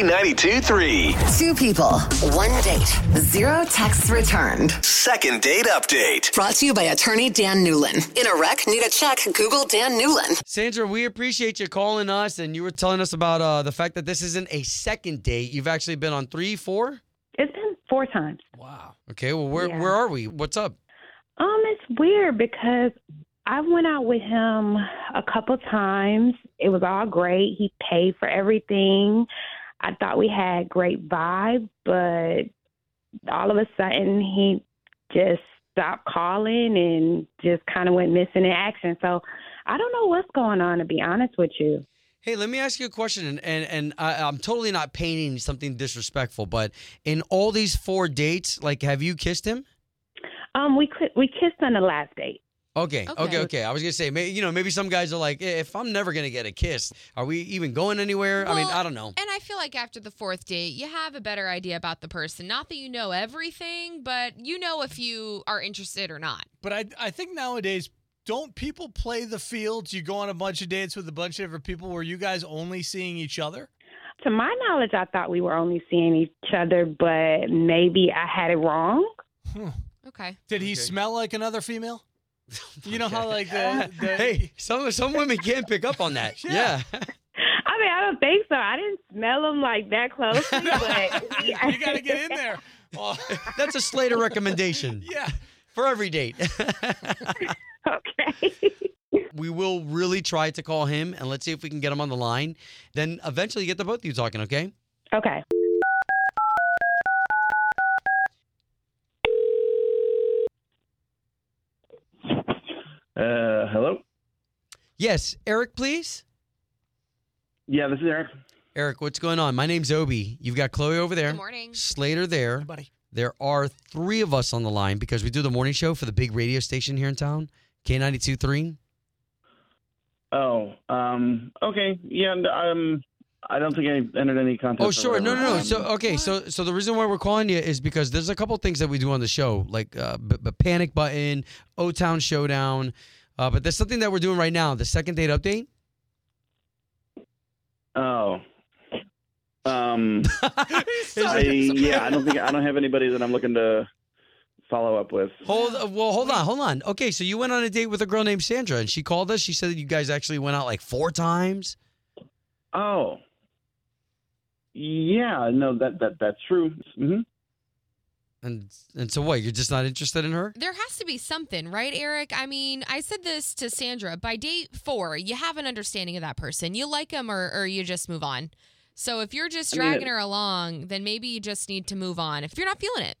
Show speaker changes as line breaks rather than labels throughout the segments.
K92 3.
Two people, one date, zero texts returned.
Second date update.
Brought to you by attorney Dan Newlin. In a wreck, need a check, Google Dan Newlin.
Sandra, we appreciate you calling us, and you were telling us about uh, the fact that this isn't a second date. You've actually been on three, four.
It's been four times.
Wow. Okay. Well, where
Yeah.
where are we? What's up?
Um, it's weird because I went out with him a couple times. It was all great. He paid for everything. I thought we had great vibe, but all of a sudden he just stopped calling and just kind of went missing in action. So I don't know what's going on to be honest with you.
Hey, let me ask you a question, and and, and I, I'm totally not painting something disrespectful, but in all these four dates, like, have you kissed him?
Um, we qui- we kissed on the last date.
Okay, okay, okay.
Okay.
I was gonna say, may, you know, maybe some guys are like, "Eh, if I'm never gonna get a kiss, are we even going anywhere? I mean,
Well,
I don't know.
And I feel like after the fourth date, you have a better idea about the person. Not that you know everything, but you know if you are interested or not.
But I, I think nowadays, don't people play the fields? You go on a bunch of dates with a bunch of different people. Were you guys only seeing each other?
To my knowledge, I thought we were only seeing each other, but maybe I had it wrong.
Okay.
Did he
Okay.
smell like another female? You know
Okay.
how like
Uh,
the, the
Hey, some some women can't pick up on that. yeah.
Yeah.
I mean, I don't think so. I didn't smell them like that closely, but
you got to get in there. Oh,
That's a Slater recommendation
yeah.
for every date.
okay.
we will really try to call him and let's see if we can get him on the line. Then eventually get the both of you talking, okay?
Okay.
Uh, hello.
Yes, Eric, please.
Yeah, this is Eric.
Eric, what's going on? My name's Obi. You've got Chloe over there.
Good morning.
Slater there.
buddy.
There are three of us on the line because we do the morning show for the big radio station here in town, K92.3.
Oh, um, okay. Yeah, and, um, I don't think I entered any contest.
Oh,
or
sure. No,
whatever.
no, no.
Um,
So, okay. So, so the reason why we're calling you is because there's a couple things that we do on the show, like uh, b- b- Panic Button, O Town Showdown. Uh, but there's something that we're doing right now, the second date update.
Oh. Um. I,
Is-
yeah, I don't think I don't have anybody that I'm looking to follow up with.
Hold well, hold on, hold on. Okay, so you went on a date with a girl named Sandra, and she called us. She said that you guys actually went out like four times.
Oh. Yeah. No. That that that's true. hmm
And and so what? You're just not interested in her?
There has to be something, right, Eric? I mean, I said this to Sandra. By date four, you have an understanding of that person. You like them or, or you just move on. So if you're just
I mean,
dragging
it-
her along, then maybe you just need to move on. If you're not feeling it,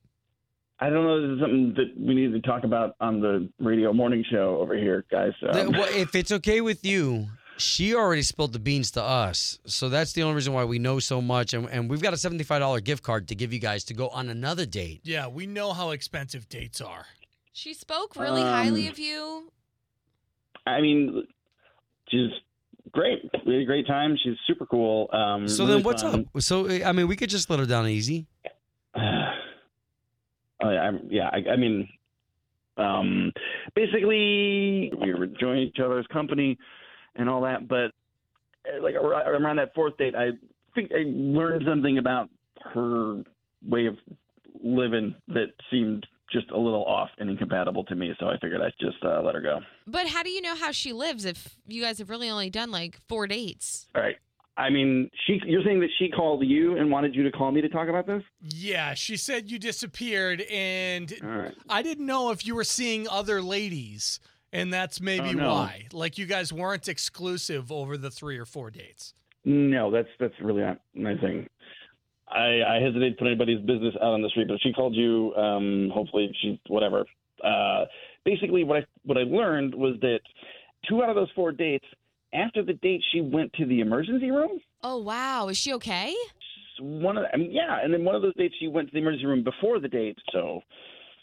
I don't know. This is something that we need to talk about on the radio morning show over here, guys.
Th-
Um,
well, if it's okay with you, she already spilled the beans to us. So that's the only reason why we know so much. And, and we've got a $75 gift card to give you guys to go on another date.
Yeah, we know how expensive dates are.
she spoke really highly
Um,
of you.
I mean, she's great. We had a great time. She's super cool. Um,
So
really
then what's
fun.
up? So, I mean, we could just let her down easy.
Oh, yeah, I'm, yeah. I, I mean, um, basically, we were enjoying each other's company and all that. But uh, like ar- around that fourth date, I think I learned something about her way of living that seemed just a little off and incompatible to me. So I figured I'd just uh, let her go.
But how do you know how she lives if you guys have really only done like four dates?
All right. I mean, she. You're saying that she called you and wanted you to call me to talk about this?
Yeah, she said you disappeared, and
All right.
I didn't know if you were seeing other ladies, and that's maybe
Oh, no.
why. Like you guys weren't exclusive over the three or four dates.
No, that's that's really not my thing. I, I hesitate to put anybody's business out on the street, but if she called you, um, hopefully she whatever. Uh, basically, what I what I learned was that two out of those four dates, after the date she went to the emergency room.
Oh wow, is she okay?
One of the, I mean, yeah, and then one of those dates she went to the emergency room before the date. So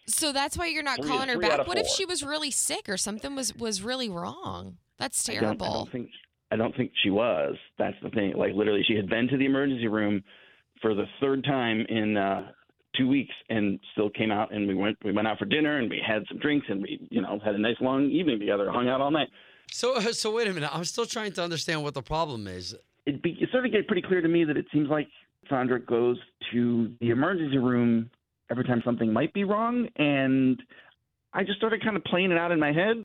So that's why you're not
Three-
calling her
three out
back.
of
What if
four.
she was really sick or something was was really wrong? That's
I don't, I
terrible.
don't think I don't think she was. That's the thing. Like literally, she had been to the emergency room for the third time in uh, two weeks, and still came out. And we went we went out for dinner, and we had some drinks, and we you know had a nice long evening together, hung out all night.
So, so wait a minute. I'm still trying to understand what the problem is.
it, be, it started to get pretty clear to me that it seems like Sandra goes to the emergency room every time something might be wrong, and I just started kind of playing it out in my head.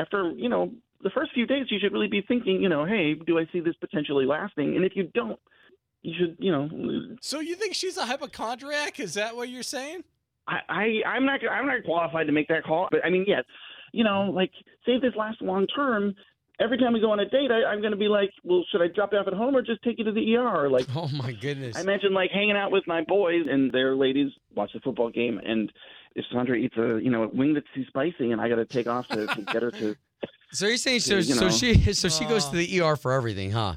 After you know the first few days, you should really be thinking, you know, hey, do I see this potentially lasting? And if you don't, you should, you know,
So you think she's a hypochondriac? Is that what you're saying?
I, I I'm not I'm not qualified to make that call, but I mean, yes, you know, like say this lasts long term. Every time we go on a date, I, I'm going to be like, well, should I drop you off at home or just take you to the ER? Like,
Oh my goodness.
I imagine like hanging out with my boys and their ladies watch the football game, and if Sandra eats a you know a wing that's too spicy, and I got to take off to, to get her to.
so you're saying so,
You
so
know.
she so she goes
Oh.
to the ER for everything, huh?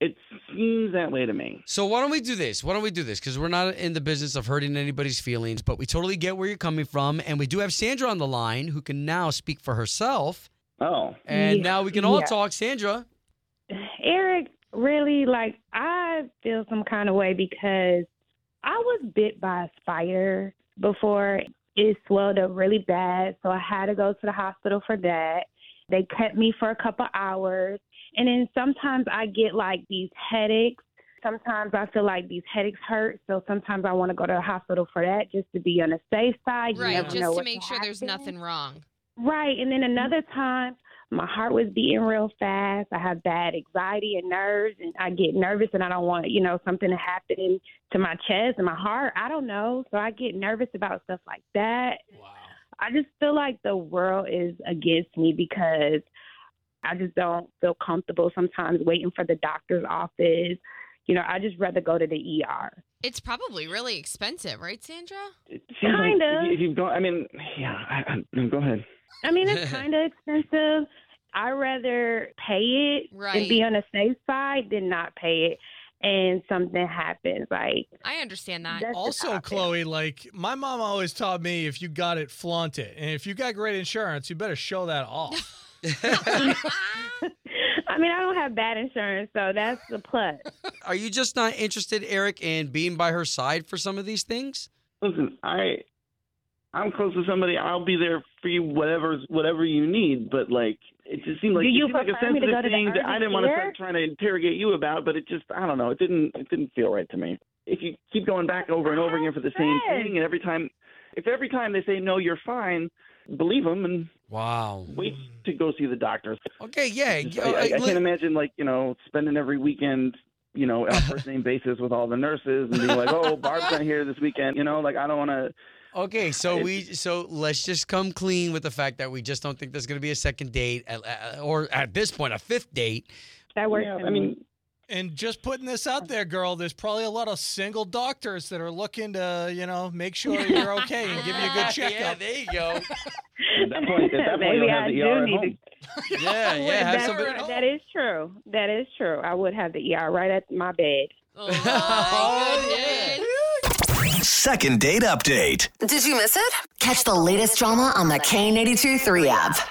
It seems that way to me.
So why don't we do this? Why don't we do this? Because we're not in the business of hurting anybody's feelings, but we totally get where you're coming from, and we do have Sandra on the line who can now speak for herself,
Oh,
and
Yeah.
now we can all
Yeah.
talk. Sandra,
Eric, really, like, I feel some kind of way because I was bit by a spider before. It swelled up really bad, so I had to go to the hospital for that. They cut me for a couple hours, and then sometimes I get like these headaches. Sometimes I feel like these headaches hurt, so sometimes I want to go to the hospital for that just to be on the safe side. You
Right,
never know
just to
what
make sure there's
happen.
nothing wrong.
Right. And then another time, my heart was beating real fast. I have bad anxiety and nerves, and I get nervous, and I don't want, you know, something to happen to my chest and my heart. I don't know. So I get nervous about stuff like that.
Wow.
I just feel like the world is against me because I just don't feel comfortable sometimes waiting for the doctor's office. You know, I just rather go to the ER.
It's probably really expensive, right, Sandra?
it seems like
Kinda.
if you've gone, I mean, yeah. I, I, go ahead.
I mean, it's kind of expensive. I rather pay it
Right.
and be on the safe side than not pay it, and something happens. Like
I understand
that's
that.
just how
Also,
I feel.
Chloe, like my mom always taught me, if you got it, flaunt it, and if you got great insurance, you better show that off.
I mean, I don't have bad insurance, so that's the plus.
are you just not interested, Eric, in being by her side for some of these things?
listen, I I'm close to somebody. I'll be there for you, whatever whatever you need. But like, it just seemed like
Do
it
you
seemed like a
prefer me to
sensitive
go to the
thing that I
urgent
didn't want to
care?
start trying to interrogate you about. But it just, I don't know. It didn't it didn't feel right to me. If you keep going back over and over again for the same
Yes.
thing, and every time, if every time they say no, you're fine, believe them and
Wow.
wait to go see the doctor.
Okay, yeah.
Just-
y-
I, I, I
uh, li-
can't imagine like you know spending every weekend you know on a first name basis with all the nurses and being like, oh, Barb's not here this weekend. You know, like I don't want to.
Okay, so we so let's just come clean with the fact that we just don't think there's going to be a second date, at- at- or at this point, a fifth date.
That works.
Yeah,
for
I
me.
mean,
And just putting this out there, girl, there's probably a lot of single doctors that are looking to, you know, make sure you're okay and give you a
Ah,
good
yeah,
checkup.
there you go.
At that point, at that point,
Maybe
you'll have
I
the
do
ER at
need to-
home.
Yeah, yeah. Have
That's-
somebody.
that is true. That is true. I would have the ER right at my bed.
Oh, my
yeah.
goodness.
Second date update.
Did you miss it? Catch the latest drama on the K82 3 app.